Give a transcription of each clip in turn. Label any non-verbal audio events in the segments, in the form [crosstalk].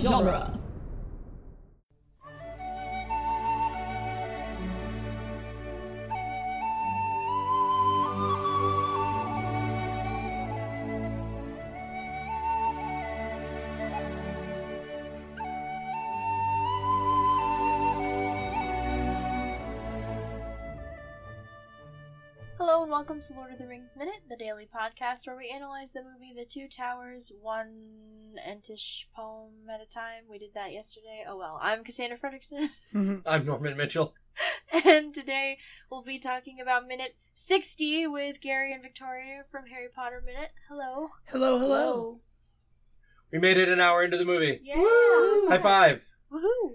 genre. Hello and welcome to Lord of the Rings Minute, the daily podcast where we analyze the movie The Two Towers one entish poem at a time. We did that yesterday. Oh well. I'm Cassandra Fredrickson, [laughs] Mm-hmm. I'm Norman Mitchell. and today we'll be talking about minute 60 with Gary and Victoria from Harry Potter Minute. Hello. Hello, hello. We made it an hour into the movie. Yeah. Woo! High five. Woohoo!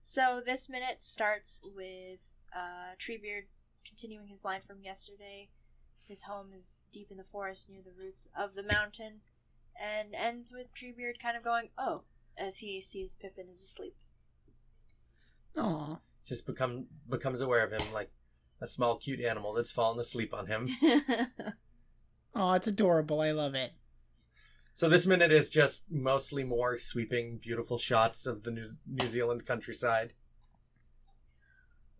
So this minute starts with uh, Treebeard continuing his line from yesterday. His home is deep in the forest near the roots of the mountain, and ends with Treebeard kind of going, "Oh," as he sees Pippin is [laughs] asleep. Aw. Just become becomes aware of him like a small cute animal that's fallen asleep [laughs] on him. Aw, it's adorable. I love it. So this minute is just mostly more sweeping, beautiful shots of the New, New Zealand countryside,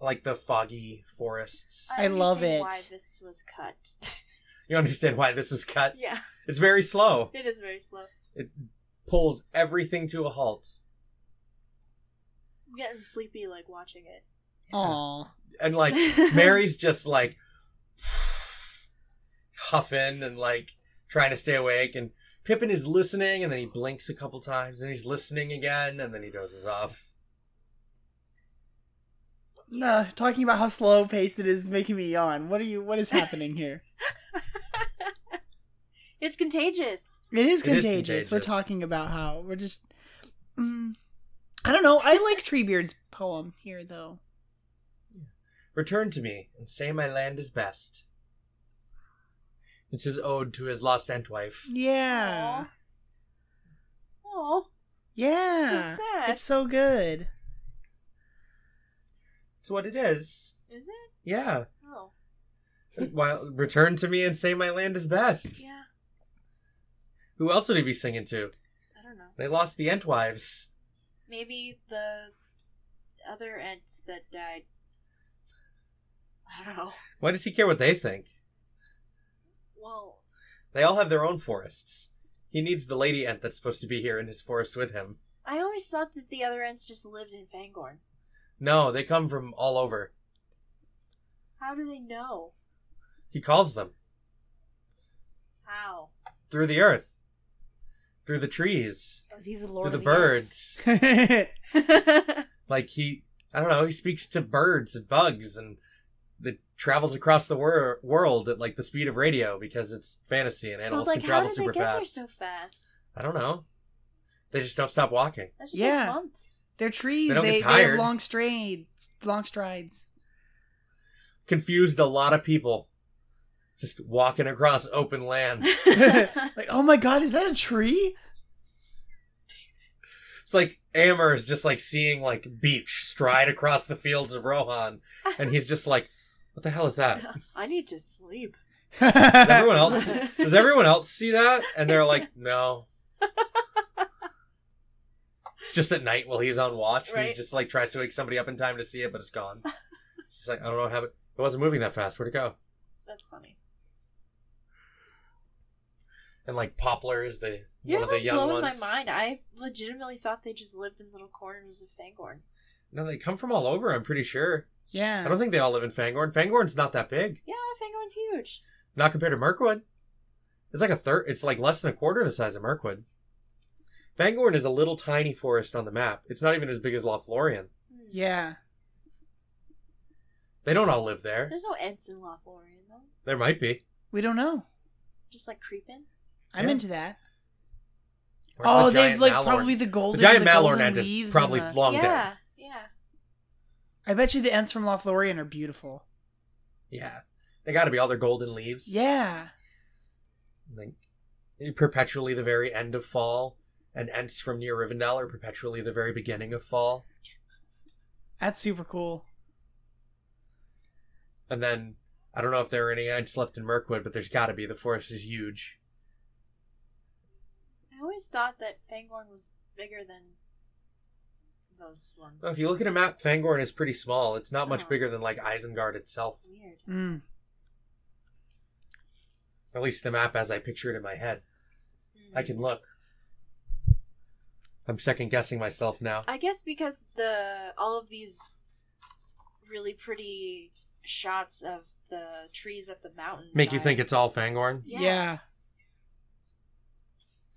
like the foggy forests. I love understand it. Why this was cut? You understand why this was cut? [laughs] yeah, It's very slow. it is very slow. It pulls everything to a halt. I'm getting sleepy like watching it. Aw. and like [laughs] Mary's just like huffing and like trying to stay awake and Pippin is listening and then he blinks a couple times and he's listening again and then he dozes off. Nah, talking about how slow paced it is is making me yawn. What are you what is happening here? It's contagious. [laughs] It is It is contagious. We're contagious. talking about how we're just mm, I don't know. I like Treebeard's poem here though. Return to me and say my land is best. It's his ode to his lost antwife. Yeah. Oh, Yeah. So sad. It's so [laughs] good. It's what it is. is it? Yeah. Oh, While return to me and say my land is best. yeah. Who else would he be singing to? I don't know. They lost the antwives. Maybe the other ants that died. I don't know. Why does he care what they think? Well, They all have their own forests. He needs the lady ant that's supposed to be here in his forest with him. I always thought that the other ants just lived in Fangorn. No, they come from all over. How do they know? He calls them How? through the earth, through the trees, He's the lord through of the Ants. birds. yeah. [laughs] like he, I don't know, he speaks to birds and bugs and that travels across the wor- world at like the speed of radio because it's fantasy and I was [laughs] animals like, can how travel did they super get there fast. so fast? I don't know. They just don't stop walking. That should Yeah. [laughs] take months. They're trees. They, They don't they, get have tired. long strides long strides. Confused a lot of people. Just walking across open land. like, oh my god, is that a tree? It's like Amber is just like seeing like Beach stride across the fields of Rohan, and he's just like, "What the hell is that?" I need to [laughs] sleep. Does everyone else [laughs] does everyone else see that? And they're like, "No." It's just at night while he's on watch, and he Right. just like tries to wake somebody up in time to see it, but it's gone. It's just like I don't know what happened. It wasn't moving that fast. Where'd it go? That's funny. And like Poplar is the You're one of the like young blowing ones. my mind. I legitimately thought they just lived in little corners of Fangorn. No, they come from all over. I'm pretty sure. [laughs] yeah. I don't think they all live in Fangorn. Fangorn's not that big. Yeah, Fangorn's huge. Not compared to Mirkwood. It's like a third. It's like less than a quarter the size of Mirkwood. Fangorn is a little tiny forest on the map. It's not even as big as Lothlorien. Hmm. Yeah. They don't all live there. There's no ants in Lothlorien though. There might be. We don't know. Just like creeping. I'm Yeah. into that. Where's oh, the they've giant like Malorn? probably the golden the giant the Malorn golden ant is leaves probably and the- long yeah, dead. yeah. I bet you the ants from Lothlorien are beautiful. Yeah, they got to be all their golden leaves. Yeah. like perpetually the very end of fall, and Ents from near Rivendell are perpetually the very beginning of fall. That's super cool. And then I don't know if there are any Ents left in Mirkwood, but there's got to be. The forest is huge. I always thought that Fangorn was bigger than those ones. Well, if you look at a map, Fangorn is pretty small. It's not much Oh. bigger than like Isengard itself. Weird. Mm. At least the map as I picture it in my head. I can look. I'm second guessing myself now. Mm. I guess because the all of these really pretty shots of the trees up the mountain Make you think it's all Fangorn? Yeah.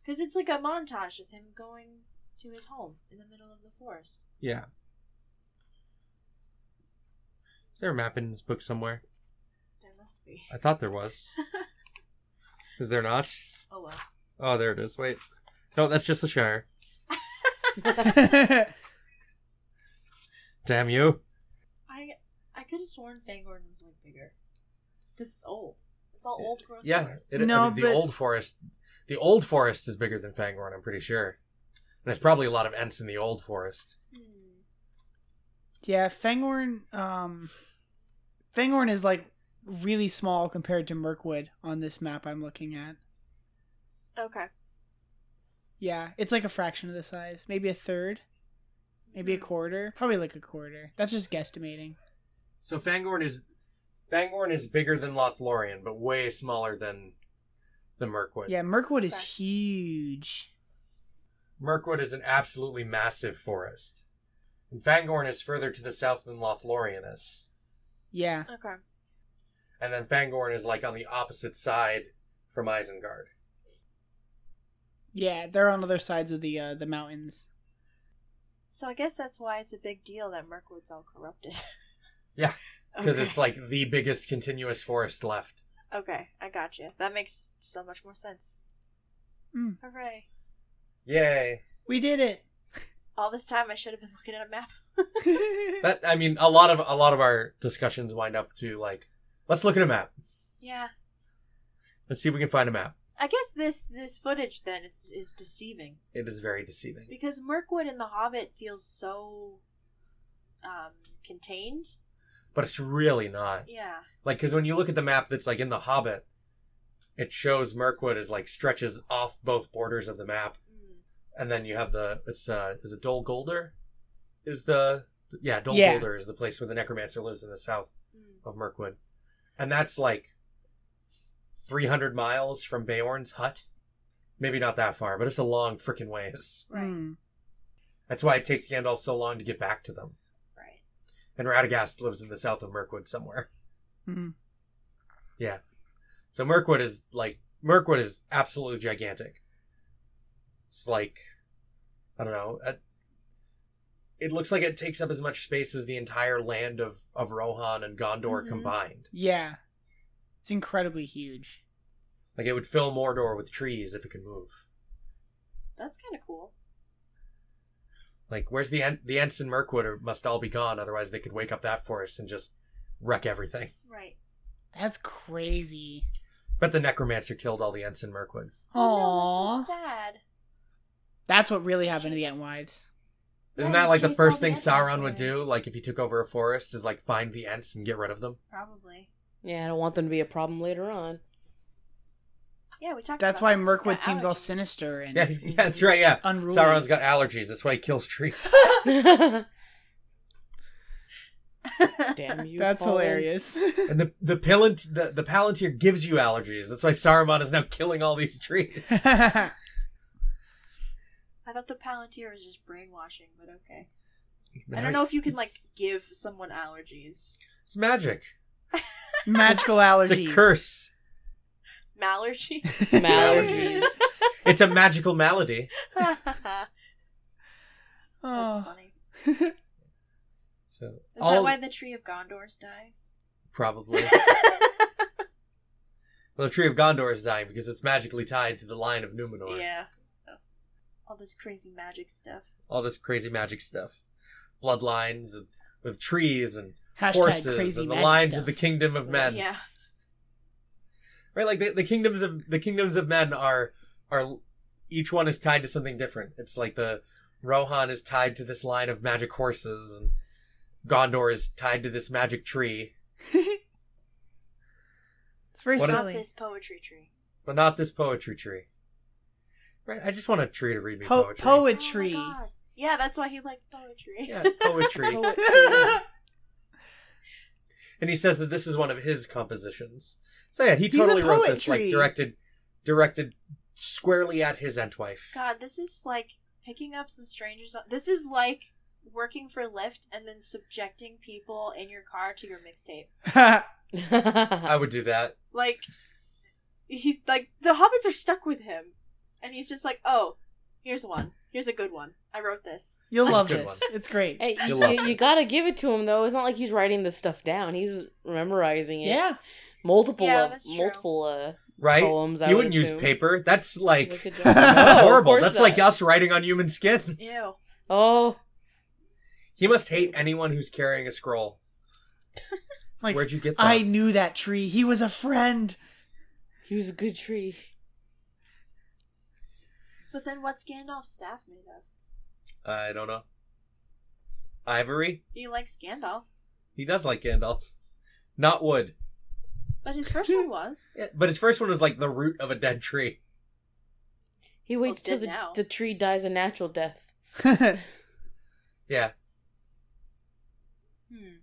because it's like a montage of him going to his home in the middle of the forest. Yeah. Is there a map in this book somewhere? There must [laughs] be. I thought there was. Is there not? Oh well. Oh, there it is. Wait. No, that's just the Shire. Damn you. I I could have sworn Fangorn was like bigger because it's old. It's all old growth. Uh, Yeah, forest. it, I No, mean, the but- old forest. The old forest is bigger than Fangorn, I'm pretty sure. And there's probably a lot of Ents in the old forest. Hmm. [laughs] yeah, Fangorn um Fangorn is like really small compared to Mirkwood on this map I'm looking at. Okay. Yeah, it's like a fraction of the size, maybe a third, maybe a quarter, probably like a quarter. That's just guesstimating. So Fangorn is Fangorn is bigger than Lothlorien, but way smaller than the Mirkwood. Yeah, Mirkwood is Okay. huge. Mirkwood is an absolutely massive forest. And Fangorn is further to the south than Lothlorien is. Yeah. Okay. And then Fangorn is like on the opposite side from Isengard. Yeah, they're on other sides of the uh, the mountains. So I guess that's why it's a big deal that Mirkwood's all corrupted. [laughs] Yeah, Because Okay. it's like the biggest continuous forest left. Okay, I got you. That makes so much more sense. Mm. Hooray! Yay. We did it. All this time I should have been looking at a [laughs] map. [laughs] That I mean a lot of a lot of our discussions wind up to like, let's look at a map. yeah, Let's see if we can find a map. I guess this this footage then it's is deceiving It is very deceiving. because Mirkwood in The Hobbit feels so um contained. But it's really not. Yeah, Like, because when you look at the map that's like in The Hobbit, it shows Mirkwood as like stretches off both borders of the map, mm. and then you have the it's uh is it Dol Guldur? Is the yeah Dol Yeah. Guldur is the place where the necromancer lives in the south Mm. of Mirkwood, and that's like three hundred miles from Beorn's hut. Maybe not that far, but it's a long freaking ways. right, Mm. That's why it takes Gandalf so long to get back to them. right. And Radagast lives in the south of Mirkwood somewhere. Mm-hmm. Mhm. Yeah. So Mirkwood is like Mirkwood is absolutely gigantic. It's like I don't know. It, it looks like it takes up as much space as the entire land of of Rohan and Gondor Mhm. combined. Yeah, it's incredibly huge. Like it would fill Mordor with trees if it could move. That's kind of cool. Like where's the en- the Ents and Mirkwood are, must all be gone, otherwise they could wake up that forest and just wreck everything. Right. That's crazy. But the Necromancer killed all the Ents and Mirkwood. Oh, no, Aww. that's so sad. That's what really happened to the Jeez. Entwives. Isn't Yeah, that he like the chased all first the thing Ents Sauron away. would do? Like if he took over a forest, is like find the Ents and get rid of them. Probably. Yeah, I don't want them to be a problem later on. Yeah, we talked. That's about why this. He's Mirkwood got seems all allergies. sinister and [laughs] Yeah, he's- yeah, that's right. Yeah, unruly. Sauron's got allergies. That's why he kills [laughs] trees. Damn [laughs] you. That's Colin. [laughs] hilarious. [laughs] and the the, Palant- the the Palantir gives you allergies. That's why Saruman is now killing all these trees. I thought the Palantir was just brainwashing, but okay. [laughs] I don't know if you can like give someone allergies. It's magic. Magical allergies. It's a curse. Mallergies. [laughs] Mallargies. It's a magical malady. [laughs] That's Oh. funny. So Is all that why the tree of Gondor's dies? [laughs] probably [laughs] well, the tree of Gondor is dying because it's magically tied to the line of Numenor. yeah. All this crazy magic stuff. All this crazy magic stuff, bloodlines and with trees and Hashtag horses crazy and the magic lines stuff. of the kingdom of men. Yeah. Right, like the, the kingdoms of the kingdoms of men are are each one is tied to something different. It's like the Rohan is tied to this line of magic horses, and Gondor is tied to this magic tree, It's very What- Not silly. this poetry tree. but not this poetry tree. Right, I just want a tree to read me Po- poetry. poetry. Oh my God. Yeah, that's why he likes poetry. Yeah, [laughs] poetry. Oh Poetry. and he says that this is one of his compositions. So yeah, he He's a totally wrote this, poetry. like directed, directed squarely at his entwife. [laughs] God, this is like picking up some strangers. On- this is like working for Lyft and then subjecting people in your car to your mixtape. I would do that. Like he's like the hobbits are stuck with him, and he's just like, oh, here's one. Here's a good one. I wrote this. [laughs] You'll love Good this. one. It's [laughs] great. Hey, You'll you, love you- you this. gotta give it to him though. It's not like he's writing this stuff down. He's memorizing it. Yeah. multiple Yeah, of- that's true. multiple uh, Right? poems. I you would wouldn't use assume. paper. That's He's like, like "Good [laughs] job." [laughs] No, of horrible. course That's not. like us writing on human skin. [laughs] Ew. Oh, He must hate anyone who's carrying a scroll. Like Where'd you get that? I knew that tree. He was a friend. [laughs] he was a good tree. But then what's Gandalf's staff made of? I don't know. Ivory? He likes Gandalf, He does like Gandalf. Not wood. but his first [laughs] one was. Yeah, But his first one was like the root of a dead tree. He waits it's till dead the, now. the tree dies a natural death. Yeah. Hmm.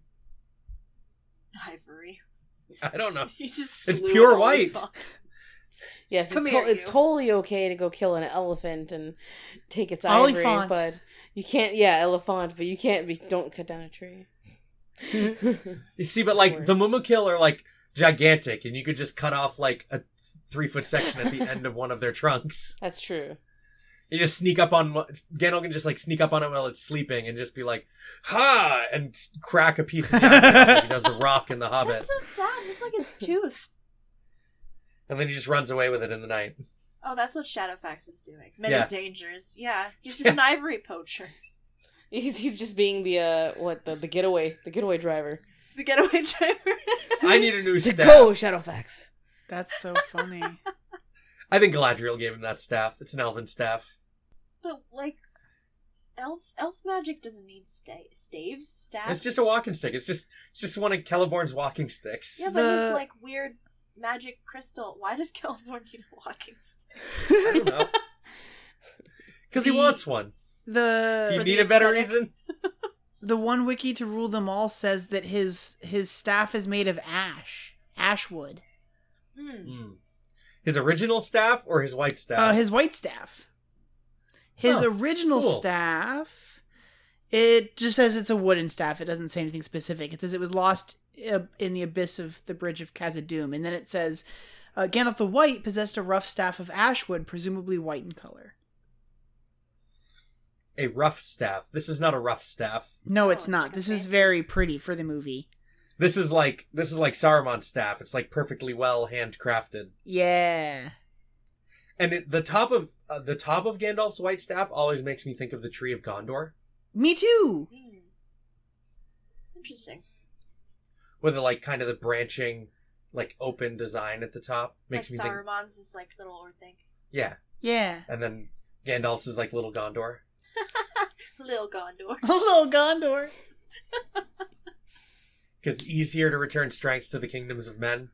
Ivory. I don't know. [laughs] He just It's slew pure it all he white. found. Yes, Come it's, here, to- it's you. totally okay to go kill an elephant and take its ivory, Oliphant. but you can't. Yeah, elephant, but you can't be. Don't cut down a [laughs] tree. You see, but like the Worse. Mumukil are like gigantic, and you could just cut off like a three foot section at the end of one of their trunks. That's true. You just sneak up on Gandalf can just like sneak up on it while it's sleeping, and just be like, "Ha!" and s- crack a piece of the ivory like [laughs] he does the rock in the [laughs] Hobbit, That's so sad. It's like [laughs] its tooth. and then he just runs away with it in [laughs] the night. Oh, that's what Shadowfax was doing. Many Yeah. dangers. Yeah, he's [laughs] just an ivory poacher. He's he's just being the uh what the, the getaway the getaway driver. The getaway driver. I need a new He's like, staff. Go Shadowfax. That's so funny. I think Galadriel gave him that staff. It's an elven staff. but like, elf elf magic doesn't need sta- staves, staffs. It's just a walking stick. It's just it's just one of Celeborn's walking sticks. yeah, but the- he's like weird magic crystal. Why does [laughs] California need a walking stick? [laughs] [laughs] I [laughs] don't know. Because he The- uh, wants one. Do [laughs] you the For need the a better aesthetic. reason? the one wiki to rule them all says that his his staff is made of ash, ash wood. Hmm. Mm. His original staff or his white staff? Uh, his white staff. His Huh, original cool. staff. It just says it's a wooden staff. It doesn't say anything specific. It says it was lost uh, in the abyss of the bridge of Khazad-dûm, and then it says uh, Gandalf the White possessed a rough staff of ash wood, presumably white in color. a rough staff. This is not a rough staff. No, Oh, it's it's not. like a this is fancy- very pretty for the movie. This is like this is like Saruman's staff. It's like perfectly well handcrafted. Yeah. And it, the top of uh, the top of Gandalf's white staff always makes me think of the tree of Gondor, Me too. Hmm. Interesting. with the like kind of the branching, like open design at the top. Makes like me think, Saruman's is like little Orthanc. yeah. Yeah. And then Gandalf's is like little Gondor. [laughs] Little Gondor. [laughs] Hello, Gondor. because easier to return strength to the kingdoms of men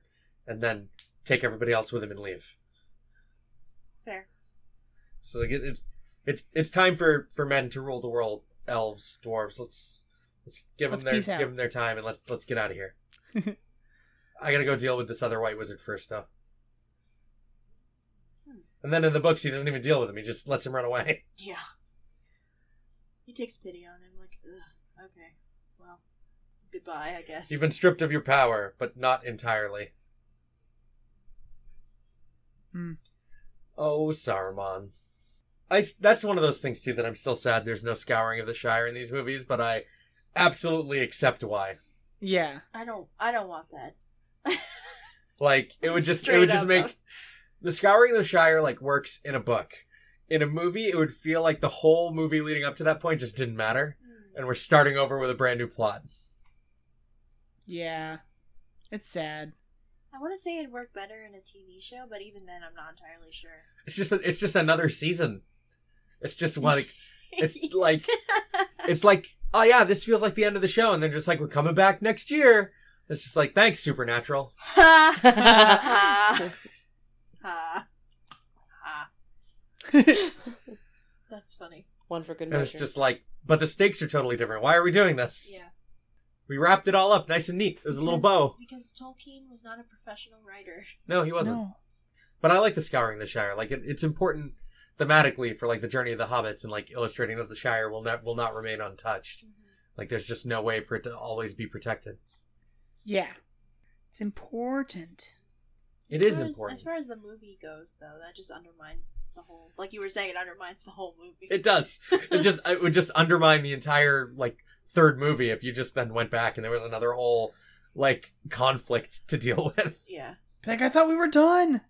and then take everybody else with him and leave Fair. so like it, it's it's it's time for for men to rule the world elves dwarves let's let's give Let's them peace their out. give them their time and let's let's get out [laughs] of here i gotta go deal with this other white wizard first though Hmm. and then in the books he doesn't even deal with him he just lets him run away Yeah. He takes pity on him, like, ugh, okay. Well, goodbye, I guess. you've been stripped of your power but not entirely Hmm. Oh, Saruman. I, that's one of those things, too, that I'm still sad there's no scouring of the Shire in these movies, but I absolutely accept why. Yeah. I don't I don't want that. [laughs] Hmm. Like, it would just, it would just Straight up, make the scouring of the Shire, like, works in a book. In a movie, it would feel like the whole movie leading up to that point just didn't matter, Hmm. and we're starting over with a brand new plot. Yeah. It's sad. I want to say it'd work better in a TV show, but even then, I'm not entirely sure. It's just, it's just another season. It's just like, [laughs] it's like, it's like, oh yeah, this feels like the end of the show, and they're just like, we're coming back next year. It's just like, thanks, Supernatural. ha [laughs] ha ha ha. That's funny. [laughs] One for good And it's measure. just like, but the stakes are totally different. Why are we doing this? Yeah. We wrapped it all up nice and neat. There's a little Because- bow. Because Tolkien was not a professional writer. No, he wasn't. No. But I like the scouring the Shire. Like it, it's important thematically for like the journey of the hobbits and like illustrating that the Shire will not will not remain untouched. Like there's just no way for it to always be protected. Yeah. It's important. It As is far as- important. As far as the movie goes, though, that just undermines the whole. Like you were saying, it undermines the whole movie. It does. It just it would just undermine the entire like third movie if you just then went back and there was another whole like conflict to deal [laughs] with. [laughs] yeah, Like I thought we were done.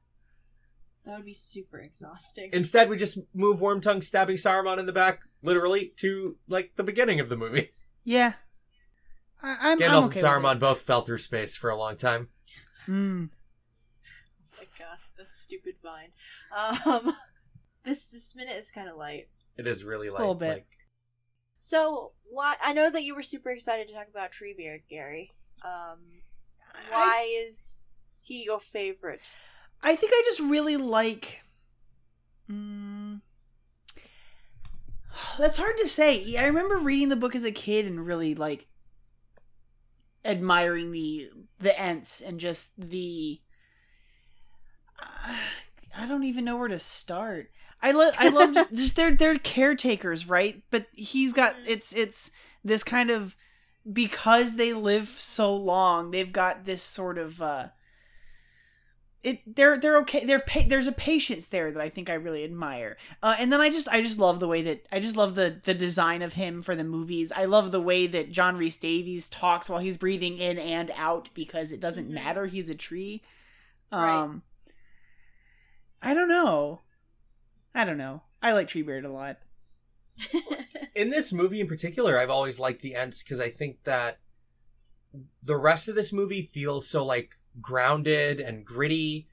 that would be super exhausting. [laughs] Instead, we just move Wormtongue stabbing Saruman in the back, literally to like the beginning of the movie. Yeah. I, I'm, I'm Gandalf okay. and Saruman With both fell through space for a long time. it. Mm. oh my god, that stupid vine. Um, [laughs] this this minute is kind of light. It is really like Little bit. like So why? I know that you were super excited to talk about Treebeard, Gary. Um, I- why is he your favorite? I think I just really like. Mm, [sighs] that's hard to say. I remember reading the book as a kid and really like admiring the the Ents and just the. uh, I don't even know where to start. I love I love just they're they're caretakers, right? But he's got Mhm. it's it's this kind of because they live so long, they've got this sort of uh it they're they're okay they're pa- there's a patience there that I think I really admire. Uh, and then I just I just love the way that I just love the the design of him for the movies. I love the way that John Reese Davies talks while he's breathing in and out because it doesn't Mhm. matter he's a tree. Right. Um I don't know. I don't know. I like Treebeard a lot. in this movie in particular, I've always liked the Ents because I think that the rest of this movie feels so like grounded and gritty,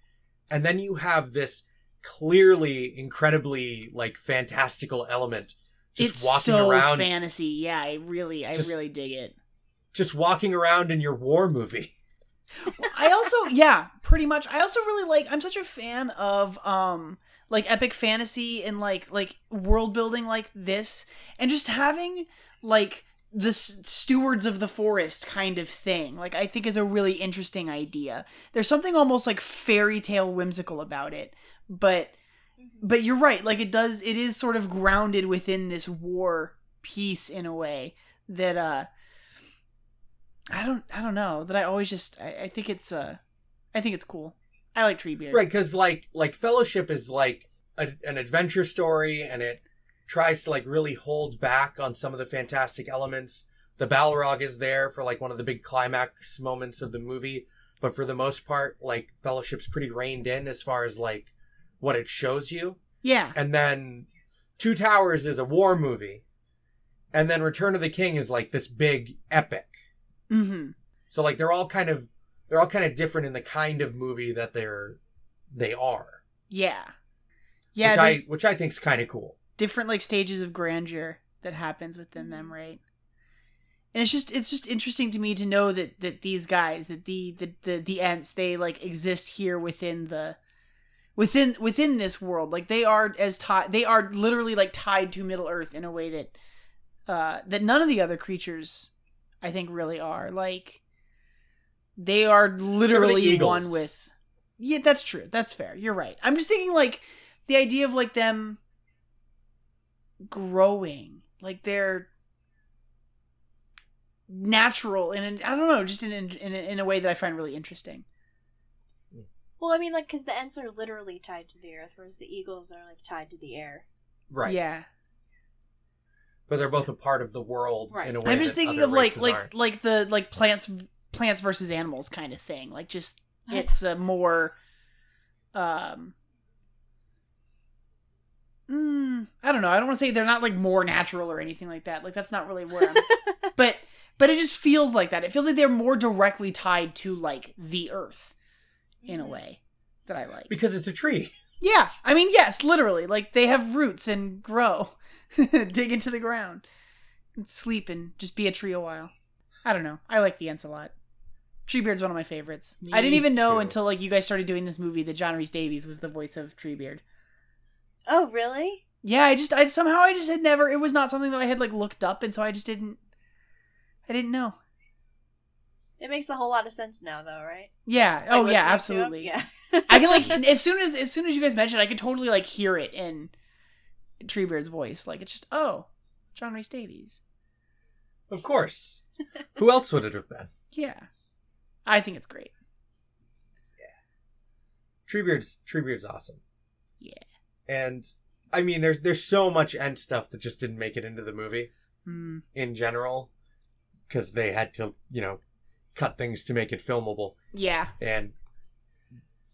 and then you have this clearly incredibly like fantastical element just it's walking so around, fantasy. Yeah, I really I Just- really dig [laughs] it. just walking around in your war movie. I also yeah, pretty much. I also really like I'm such a fan of um like epic fantasy and like like world building like this and just having like the s- stewards of the forest kind of thing. Like I think is a really interesting idea. There's something almost like fairy tale whimsical about it. But but you're right like it does it is sort of grounded within this war piece in a way that uh i don't i don't know that i always just i, I think it's uh i think it's cool i like treebeard right because like like fellowship is like a, an adventure story and it tries to like really hold back on some of the fantastic elements the balrog is there for like one of the big climax moments of the movie but for the most part like fellowship's pretty reined in as far as like what it shows you yeah and then two towers is a war movie and then return of the king is like this big epic mm-hmm so like they're all kind of they're all kind of different in the kind of movie that they're they are yeah yeah which there's I which I think's kind of cool. different like stages of grandeur that happens within them Mm-hmm. right and it's just it's just interesting to me to know that that these guys that the the the, the ents they like exist here within the within within this world like they are as tied they are literally like tied to middle earth in a way that uh that none of the other creatures i think really are like they are literally eagles. one with yeah that's true that's fair you're right i'm just thinking like the idea of like them growing like they're natural and i don't know just in, in in in a way that i find really interesting [laughs] Well, I mean, like, because the Ents are literally tied to the earth, whereas the Eagles are like tied to [laughs] the air. Right. yeah But they're both a part of the world Right. in a way. i'm just that thinking other of like races like aren't. like the like plants plants versus animals kind of thing like just it's a more um mm, i don't know i don't want to say they're not like more natural or anything like that like that's not really where i'm but but it just feels like that it feels like they're more directly tied to like the earth in Mm. a way that i like because it's a tree. [laughs] yeah i mean yes literally like they have roots and grow [laughs] dig into the ground and sleep and just be a tree a while i don't know i like the ants a lot treebeard's one of my favorites i didn't Me even know too. until like you guys started doing this movie that john reese davies was the voice of treebeard Oh, really? yeah, I just I somehow I just had never it was not something that I had like looked up and so I just didn't I didn't know. It makes a whole lot of sense now, though, right? Yeah. Like, Oh listening to yeah, 'em? absolutely. Yeah. I [laughs] can like as soon as as soon as you guys mentioned, I could totally like hear it in Treebeard's voice. Like it's just oh, John Reese Davies. [laughs] Of course. Who else would it have been? Yeah, I think it's great. Treebeard's Treebeard's awesome. Yeah. And I mean, there's there's so much end stuff that just didn't make it into the movie Mm, in general, because they had to you know cut things to make it filmable, yeah, and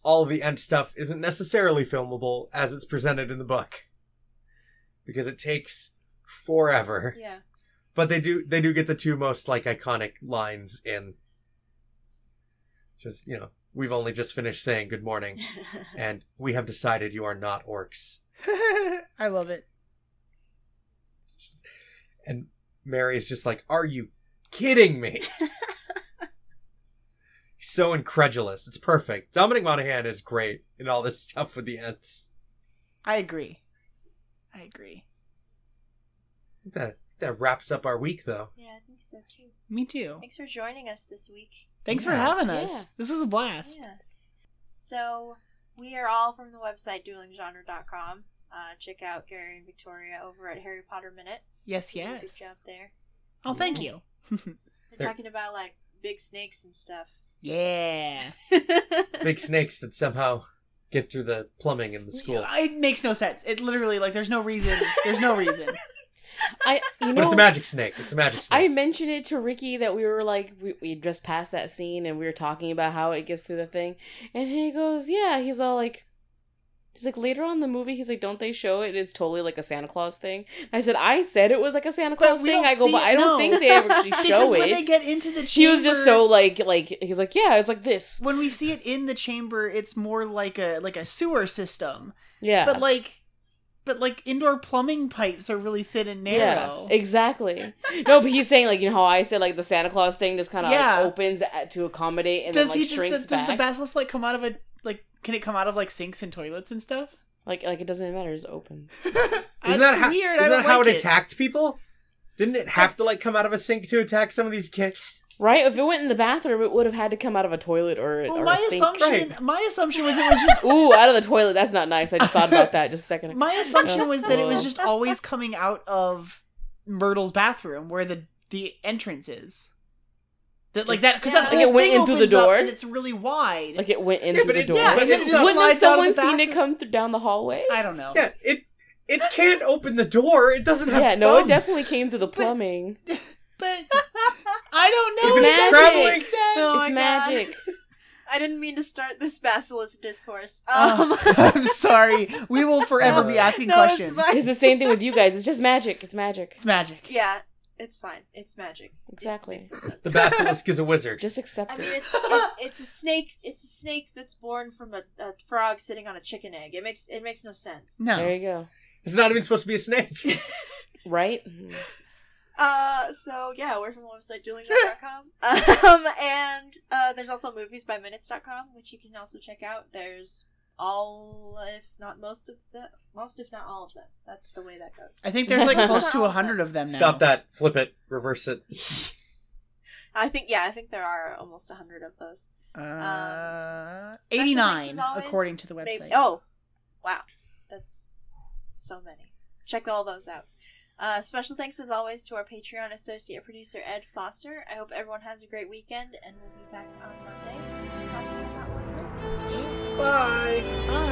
all the end stuff isn't necessarily filmable as it's presented in the book, because it takes forever. yeah. [laughs] But they do they do get the two most like iconic lines in. Just you know, we've only just finished saying [laughs] good morning. and we have decided you are not orcs. [laughs] I love it. And Mary is just like, Are you [laughs] kidding me? so incredulous. It's perfect. Dominic Monaghan is great in all this stuff with the ants. I agree. I agree. That that wraps up our week though. yeah, I think so too. Me too. Thanks for joining us this week. Thanks for Yes. having Yeah. us. This was a blast. Yeah. So we are all from the website duelinggenre.com. Uh, check out Gary and Victoria over at Harry Potter Minute. Yes, They do a yes. Good job there. Oh, thank Yeah. you. They're They're- talking about like big snakes and stuff. yeah. [laughs] [laughs] Big snakes that somehow get through the plumbing in the school. It makes no sense. It literally like there's no reason. There's no reason. [laughs] I you But it's a know magic snake. It's a magic I snake. mentioned it to Ricky that we were like we we had just passed that scene and we were talking about how it gets through the thing, and he goes, "Yeah." He's all like, "He's like later on in the movie." He's like, "Don't they show it? It's totally like a Santa Claus thing." I said, "I said it was like a Santa But Claus we thing." don't I go, see "But it, I don't no." think they [laughs] actually because show when it." they get into the chamber, he was just so like like he's like, "Yeah, it's like this." When we see it in the chamber, it's more like a like a sewer system, Yeah, but like, but like indoor plumbing pipes are really thin and narrow. Yeah, exactly. No, but he's saying like you know how I said like the Santa Claus thing just kind of Yeah. like, opens at, to accommodate and does then like he just shrinks does, back. the basilisk like come out of a like? Can it come out of like sinks and toilets and stuff? like like it doesn't matter. It's open. That's [laughs] isn't that how, weird. I isn't don't that how like it attacked people? Didn't it have to like come out of a sink to attack some of these kids? Right? If it went in the bathroom, it would have had to come out of a toilet or, Well, or my a sink. assumption, Right. my assumption was it was [laughs] just Ooh, out of the toilet. That's not nice. I just thought about that just a second ago. [laughs] [laughs] My assumption was that it was Whoa. just always coming out of Myrtle's bathroom where the the entrance is. That like that because Yeah. that Like whole it went thing in through the opens up door? and it's really wide. like it went in Yeah, through but the it- door. yeah, but and it's it just just Wouldn't have slides out of someone the seen it bathroom. come th- down the hallway? I don't know. Yeah, it it can't open the door. It doesn't have. Yeah, no, it thumbs. definitely came through the plumbing. But [laughs] I don't know. It's if magic. that makes sense. [laughs] [laughs] Oh my it's God. magic. [laughs] I didn't mean to start this basilisk discourse. [laughs] Um, Oh, [laughs] I'm sorry. We will forever be asking [laughs] No, it's questions. fine. It's the same thing with you guys. It's just magic. It's magic. It's magic. yeah, it's fine. It's magic. Exactly. It makes no sense. The basilisk is a [laughs] wizard. Just accept I it. mean, it's it, it's a snake. It's a snake that's born from a, a frog sitting on a chicken egg. It makes it makes no sense. There No. you go. It's not even supposed to be a snake. [laughs] Right? Mm-hmm. Uh, so yeah, we're from the website [laughs] duelinggenre.com. Um, and uh, there's also movies by minutes.com, which you can also check out. There's all, if not most of the, most if not all of them. That's the way that goes. I think there's [laughs] like close to a hundred of them now. Stop that. Flip it. Reverse it. I think yeah, I think there are almost a hundred of those. Uh, special Um, thanks as 89 always. according to the Maybe- website. oh, wow, that's so many. Check all those out. Uh, special thanks as always to our Patreon associate producer Ed Foster. I hope everyone has a great weekend, and we'll be back on Monday to talk about more movies. Bye. Bye.